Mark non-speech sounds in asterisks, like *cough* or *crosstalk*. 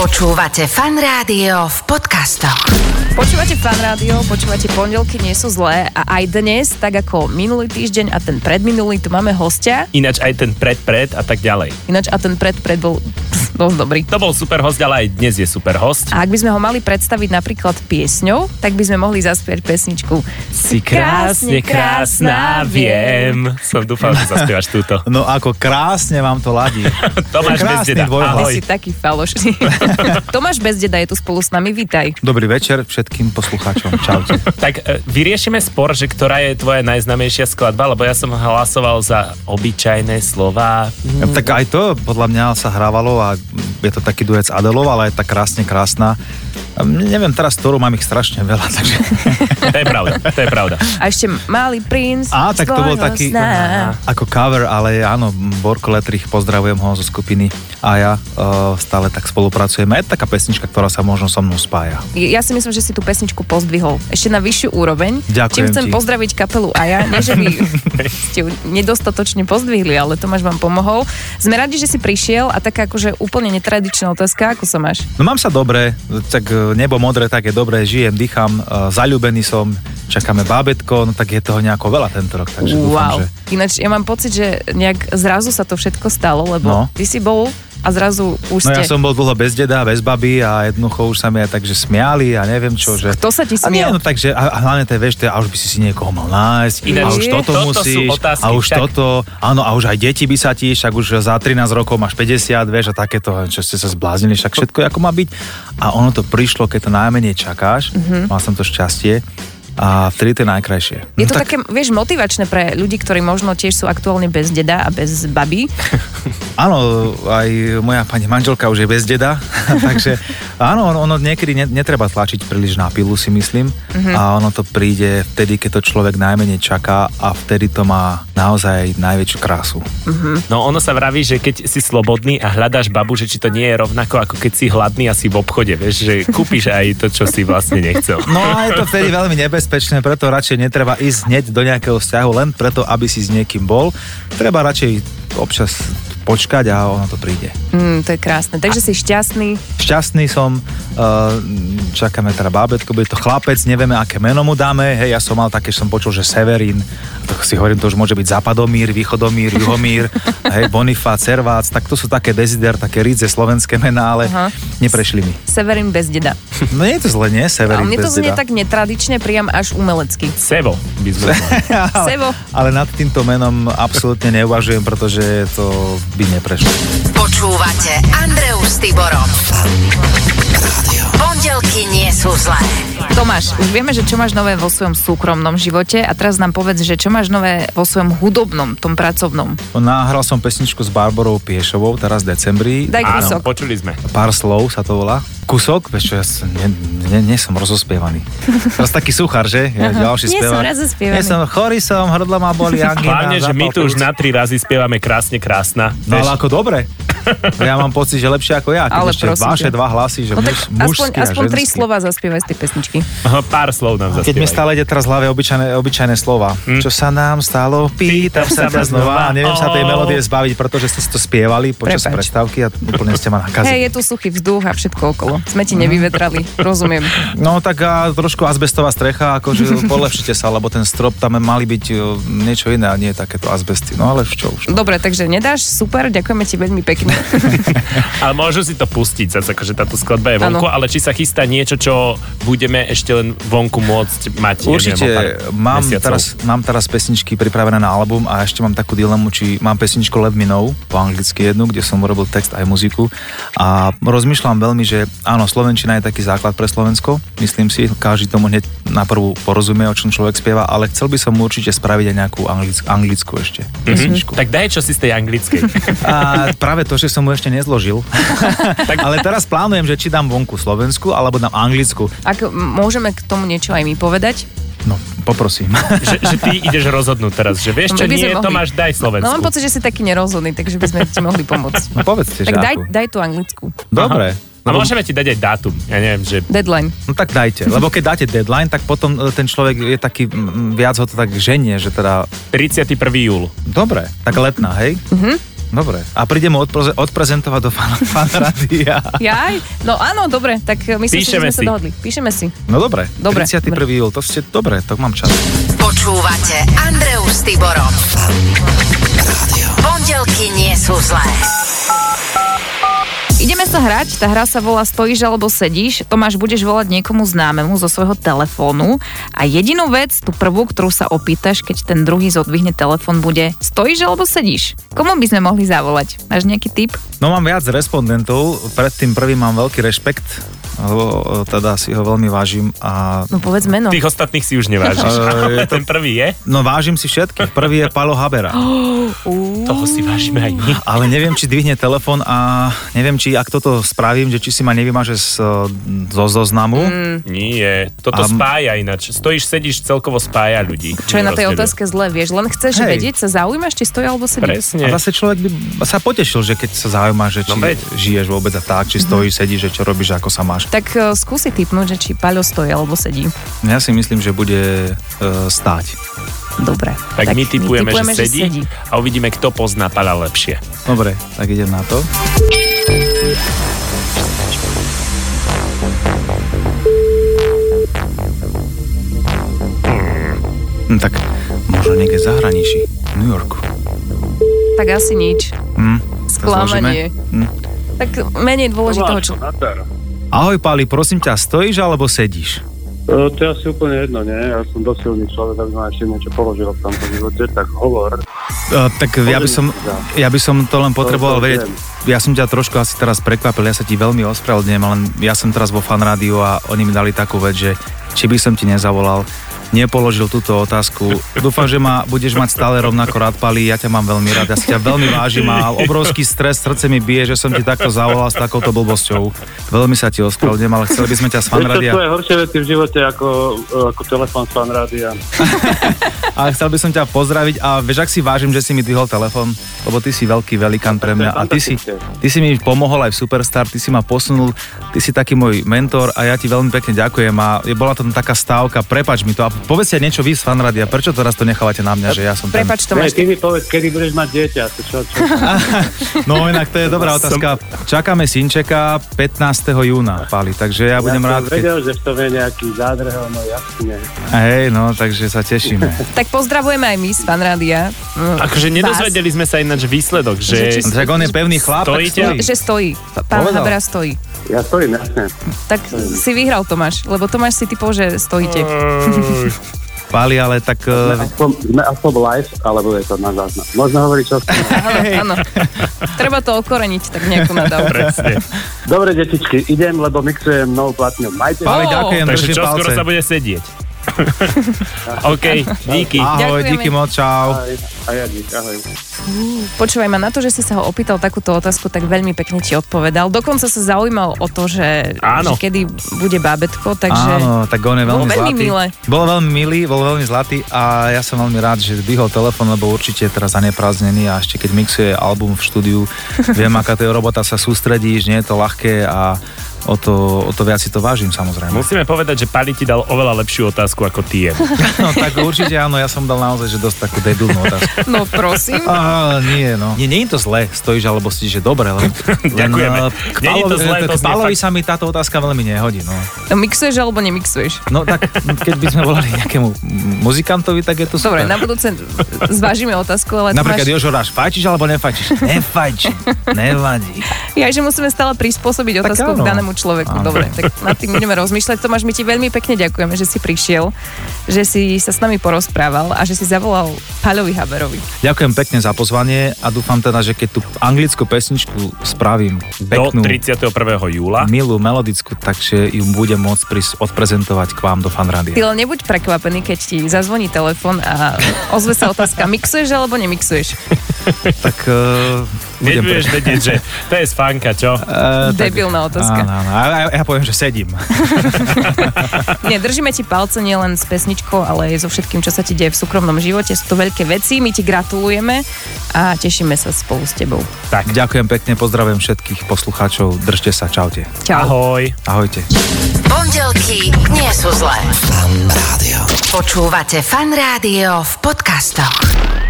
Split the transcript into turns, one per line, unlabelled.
Počúvate fan rádio v podcastoch.
Počúvate fan rádio, počúvate pondelky, nie sú zlé a aj dnes, tak ako minulý týždeň a ten predminulý, tu máme hostia.
Ináč aj ten pred, pred a tak ďalej.
Ináč a ten pred, pred bol *laughs* dosť dobrý.
To bol super host, ale aj dnes je super host.
A ak by sme ho mali predstaviť napríklad piesňou, tak by sme mohli zaspievať pesničku
Si krásne, krásna, viem. Som dúfal, že zaspievaš *laughs* túto.
No ako krásne vám to ladí.
Tomáš
Krásny
Bezdeda,
dvojhlas.
ahoj.
Ty si taký
*laughs*
falošný. Tomáš Bezdeda je tu spolu s nami, vítaj.
Dobrý večer všetkým poslucháčom. Čaute.
Tak e, vyriešime spor, že ktorá je tvoja najznámejšia skladba, lebo ja som hlasoval za obyčajné slova.
Tak aj to podľa mňa sa hrávalo a je to taký duec Adelov, ale je tak krásne krásna. A Neviem teraz, ktorú mám ich strašne veľa. *laughs* Takže...
To je pravda, to je pravda.
A ešte Malý princ.
Á, tak to bol
svojho
taký
sna.
ako cover, ale áno, Borko Letrich, pozdravujem ho zo skupiny a ja e, stále tak spolupracujeme. Je taká pesnička, ktorá sa možno so mnou spája.
Ja si myslím, že si tú pesničku pozdvihol ešte na vyššiu úroveň.
Ďakujem
Čím chcem
ti.
pozdraviť kapelu
*laughs*
Aja, nie že by ste ju nedostatočne pozdvihli, ale Tomáš vám pomohol. Sme radi, že si prišiel a taká akože úplne netradičná otázka, ako sa máš?
No mám sa dobre, tak e, nebo modré, tak je dobre, žijem, dýcham, e, zalúbený som, čakáme bábetko, no tak je toho nejako veľa tento rok, takže dúfam, že...
Ináč ja mám pocit, že nejak zrazu sa to všetko stalo, lebo
No.
ty si bol a zrazu už
No
ste...
ja som bol dlho bez deda, bez baby a jednoducho už sa mi aj tak, že smiali a neviem čo, že...
Kto sa ti
A nie,
smiel?
no takže, a, a hlavne to je, vieš, to je, a už by si si niekoho mal nájsť, a
Ináč,
už
je,
toto
toto sú
musíš,
otázky,
a už
tak.
toto, áno, a už aj deti by sa ti, však už za 13 rokov máš 50, vieš, a takéto, čo ste sa zbláznili, však všetko je, ako má byť. A ono to prišlo, keď to najmenej čakáš, mm-hmm. mal som to šťastie, a vtedy to je najkrajšie.
Mhm. Je
No
to
tak-
také, vieš, motivačné pre ľudí, ktorí možno tiež sú aktuálne bez deda a bez baby.
Áno, aj moja pani manželka už je bez deda, *laughs* takže áno, ono, ono niekedy ne, netreba tlačiť príliš na pilu, si myslím, mm-hmm. a ono to príde vtedy, keď to človek najmenej čaká a vtedy to má naozaj najväčšiu krásu.
No ono sa vraví, že keď si slobodný a hľadáš babu, že či to nie je rovnako ako keď si hladný a si v obchode, vieš, že kúpiš aj to, čo si vlastne nechcel.
No a je to vtedy veľmi nebezpečné, preto radšej netreba ísť hneď do nejakého vzťahu len preto, aby si s niekým bol. Treba radšej občas počkať a ono to príde.
Mm, to je krásne. Takže si šťastný.
šťastný som, eh, čakáme teda bábetko, bude to chlapec, nevieme, aké meno mu dáme, hej, ja som mal také, že som počul, že Severín, tak si hovorím, to už môže byť Zapadomír, Východomír,
*laughs*
Juhomír, hej, Bonifá, Cervác, tak to sú také dezider, také rídze slovenské mená, ale
Aha.
Aha. neprešli mi.
Severin bez deda.
No nie je to zle, nie,
Ale
Severín
mne to
bez
znie
deda.
tak netradične, priam až *laughs* umelecky.
Sebo by sme *laughs* mali.
Ale-
Sebo.
Ale nad týmto menom absolútne neuvažujem, pretože to by neprešlo.
Počúvate Andreu s Tiborom. Pondelky nie sú zlé.
Tomáš, už vieme, že čo máš nové vo svojom súkromnom živote a teraz nám povedz, že čo máš nové vo svojom hudobnom, tom pracovnom.
Nahral som pesničku s Barbarou Piešovou teraz v decembri.
Daj
Áno,
kúsok.
počuli sme.
Pár slov sa to volá. Kusok, vieš čo, ja som, nie, nie, nie som
*laughs*
rozospievaný. Teraz taký suchár, že? Ja,
Aha.
ďalší
Nie
spevák.
som rozospievaný.
Nie som, chorý som, hrdlo
*laughs*
ma boli, angina.
Hlavne, že my
zapal
tu už
plúc.
na tri razy spievame krásne, krásna.
No ale ako dobre. No, Ja mám pocit, že lepšie ako ja. Keď
Ale
ešte
prosím
vaše
ťa.
dva hlasy, že
No tak
muž,
aspoň,
mužský a
aspoň tri
ženský.
slova zaspievaj z tej pesničky.
Aha, Pár slov nám
Keď mi
zaspievajú.
stále ide teraz v hlave obyčajné, obyčajné slova. Hm? Čo sa nám stalo? Pýtam sa ťa znova. Neviem sa tej
Oh.
melódie zbaviť, pretože ste si to spievali počas
Prepač.
prestávky a úplne ste ma nakazili.
Hej, je tu suchý vzduch a všetko okolo. Sme
Mhm.
ti nevyvetrali, rozumiem.
*laughs* No tak a trošku azbestová strecha,
*laughs*
akože polepšite sa, lebo ten strop tam mali byť e, niečo iné a nie takéto azbesty. No ale čo už.
Dobre, takže nedáš, super, ďakujeme ti veľmi
*laughs*
pekne.
Ale môžu si to pustiť, zase, akože táto skladba je
Áno.
vonku, ale či sa chystá niečo, čo budeme ešte len vonku môcť mať. ja
Určite
neviem, o pár
mám
mesiacov. Hm?
teraz, mám teraz pesničky pripravené na album a ešte mám takú dilemu, či mám pesničku Let Me Know, po anglicky jednu, kde som robil text aj muziku a rozmýšľam veľmi, že áno, Slovenčina je taký základ pre Slovensko, myslím si, každý tomu hneď na prvú porozumie, o čom človek spieva, ale chcel by som určite spraviť aj nejakú anglick-
Mhm.
anglickú ešte pesničku.
Tak daj čo si z tej
*laughs*
anglickej.
A práve to, že som mu ešte
*laughs*
nezložil. tak... Ale teraz plánujem, že či dám vonku Slovensku, alebo dám Anglicku.
Ak môžeme k tomu niečo aj my povedať?
No,
*laughs*
poprosím.
že, že ty ideš rozhodnúť teraz, že vieš čo,
No, My by sme
nie,
mohli.
to máš, daj Slovensku.
No mám pocit, že si taký nerozhodný, takže by sme ti mohli pomôcť.
*laughs* No povedzte, že
Tak daj,
akú.
daj tú anglickú.
Dobre.
A
Lebo-
môžeme ti dať aj dátum, ja neviem, že
Deadline.
No tak dajte, lebo keď dáte deadline, tak potom e, ten človek je taký, mm, viac ho to tak ženie, že teda,
31. júl.
Mhm.
dobre, tak letná, hej? Mm-hmm. Dobre. A prídem ho odproze- odprezentovať do *laughs* fan, fan rádia.
Jaj? No áno, dobre, tak myslím si, že
Píšeme
sme
si.
sa dohodli. Píšeme si.
No dobre.
Dobre.
31. júl, to ste... Dobre, tak mám čas.
Počúvate Andreu s Tiborom. Pondelky nie sú zlé.
Ideme sa hrať, tá hra sa volá Stojíš alebo sedíš. Tomáš, budeš volať niekomu známemu zo svojho telefónu a jedinú vec, tú prvú, ktorú sa opýtaš, keď ten druhý zodvihne telefón, bude Stojíš alebo sedíš? Komu by sme mohli zavolať? Máš nejaký tip?
No mám viac respondentov, pred tým prvým mám veľký rešpekt, lebo e, teda si ho veľmi vážim a
No povedz meno.
Tých ostatných si už
*laughs*
nevážiš.
Eh,
Ten prvý je?
No vážim si všetkých. Prvý je Palo Habera.
Toho si vážime aj my.
Ale neviem, či dvihne telefon a neviem, či ak toto spravím, že či si ma nevymaže z, e, zo zoznamu. Mm.
Nie, toto
A-
spája ináč. Stojíš, sedíš, celkovo spája ľudí.
Čo je na tej
Nerozdeľuje.
otázke zle, vieš? Len chceš
Hej.
vedieť, sa zaujímaš, či stojí alebo sedíš?
Presne.
A zase človek by sa potešil, že keď sa zaujíma, že či
No
no,
veď. Mhm.
žiješ vôbec a tak, či stojíš, sedíš, že čo robíš, ako sa máš.
Tak uh, skúsi typnúť, že či Paľo stojí alebo sedí.
Ja si myslím, že bude e, stáť.
Dobre.
Tak, my typujeme, že,
že
sedí, a uvidíme, kto pozná pala lepšie.
Dobre, tak idem na to. Hm, tak možno niekde v zahraničí, v New Yorku.
Tak asi nič.
Hm,
Sklamanie.
zložíme? Hm.
Tak menej dôležitého, čo...
Ahoj Pali, prosím ťa, stojíš alebo sedíš?
E, To je asi úplne jedno, nie? Ja som dosť silný človek, aby ma ešte niečo položilo v tomto živote, tak hovor.
Uh, tak ja by, som, ja by som to len potreboval
To- to
vedieť. Ja som ťa trošku asi teraz prekvapil, ja sa ti veľmi ospravedlňujem, len ja som teraz vo fan rádiu a oni mi dali takú vec, že či by som ti nezavolal, nepoložil túto otázku. Dúfam, že ma budeš mať stále rovnako rád, Pali, ja ťa mám veľmi rád, ja si ťa veľmi vážim a obrovský stres, srdce mi bije, že som ti takto zavolal s takouto blbosťou. Veľmi sa ti ospravedlňujem, ale chceli by sme ťa z fan
Vieš, čo sú
rádia
aj horšie veci v živote ako, e, ako telefón z fan rádia.
a chcel by som ťa pozdraviť a vieš, ak si vážim, že si mi dvihol telefon, lebo ty si veľký velikán pre mňa a ty si, ty si mi pomohol aj v Superstar, ty si ma posunul, ty si taký môj mentor a ja ti veľmi pekne ďakujem a je- bola tam taká stávka, prepač mi to a povedzte niečo vy z fanradia, prečo teraz to nechávate na mňa, že ja som ten...
Prepač,
Ne,
Tomáš,
ty mi povedz, kedy budeš mať dieťa. To čo,
*laughs*
čo?
No inak to je dobrá
*laughs* Som-
otázka. Čakáme synčeka 15. júna, Pali, takže ja budem
ja
rád,
som
keď...
vedel, že v tom je nejaký zádrhel, no jasne.
Hej, no, takže sa
*laughs*
tešíme.
tak pozdravujeme aj my z fanrádia. Hm.
Akože nedozvedeli sme sa ináč výsledok, že...
Že či-
No, Tak on je pevný chlap, tak
Stojíte?
stojí.
Že stojí. Pán
Povedal.
Habera stojí.
Ja stojím, jasne.
Tak si vyhral Tomáš, lebo Tomáš si typol, že stojíte.
Oj,
Pali, ale tak...
Sme
eh,
aspoň, sme aspoň live, alebo je to na záznam. Možno hovorí čo.
*laughs*
Áno, áno. Treba to okoreniť tak nejako na dávku.
presne.
Dobre, detičky, idem, lebo mixujem novú platňu. Majte
Pali,
Ó.
ďakujem,
Takže
držím
čo skoro
palce.
sa bude sedieť. *laughs* OK, díky.
Ahoj,
Ďakujeme.
díky moc, čau.
Ahoj. A ja dík, ahoj.
Počúvaj ma, na to, že si sa ho opýtal takúto otázku, tak veľmi pekne ti odpovedal. Dokonca sa zaujímal o to, že, že
Áno.
kedy bude bábetko, takže...
Áno, tak on je
Bolo
veľmi
veľmi
zlatý.
milé.
Bol veľmi milý, bol veľmi zlatý a ja som veľmi rád, že dvihol telefon, lebo určite je teraz zaneprázdnený a ešte keď mixuje album v
*laughs*
štúdiu, viem, aká to je robota, sa sústredíš, nie je to ľahké a o to, o to viac si to vážim samozrejme.
Musíme povedať, že Pali ti dal oveľa lepšiu otázku ako ty. jemu.
*laughs* No tak určite áno, ja som dal naozaj, že dosť takú debilnú otázku.
No prosím.
*laughs* Á, nie, no. Nie, nie je to zle, stojíš alebo si, že dobre, *laughs* len, len
Ďakujeme.
eh, k
Nie je to
Pálovi,
zlé, to
k
znie
Pálovi
fakt-
sa mi táto otázka veľmi nehodí, no.
Mixuješ alebo nemixuješ?
No tak, keď by sme volali nejakému muzikantovi, tak je to
Dobre,
super.
na budúce zvážime otázku, ale
Napríklad
Tomáš-
Jožo Ráš, fajčíš alebo
*laughs*
nefajčíš? Nefajčím, nevadí.
Ja, že musíme stále prispôsobiť
Tak
otázku k
áno.
danému človeku.
Áno.
Dobre, tak nad tým budeme rozmýšľať. Tomáš, my ti veľmi pekne ďakujeme, že si prišiel, že si sa s nami porozprával a že si zavolal Paľovi Haberovi.
Ďakujem pekne za pozvanie a dúfam teda, že keď tú anglickú pesničku spravím
Do
peknú,
31. júla.
milú, melodickú, takže ju budem môcť prísť odprezentovať k vám do fanrádia.
Ty len nebuď prekvapený, keď ti zazvoní telefon a ozve sa otázka, mixuješ alebo nemixuješ?
Tak uh, budem
Nebudeš vedieť,
*laughs*
že to je sfanka, čo?
Uh,
Debilná
Áno,
otázka.
áno. A ja, ja poviem, že
*laughs*
sedím.
Nie, držíme ti palce nielen s pesničkou, ale aj so všetkým, čo sa ti deje v súkromnom živote. Sú to veľké veci, my ti gratulujeme a tešíme sa spolu s tebou.
Tak. Ďakujem pekne, pozdravujem všetkých poslucháčov, držte sa, čaute.
Čau.
Ahoj.
Ahojte.
Pondelky nie sú zlé. Počúvate Fan Rádio v podcastoch.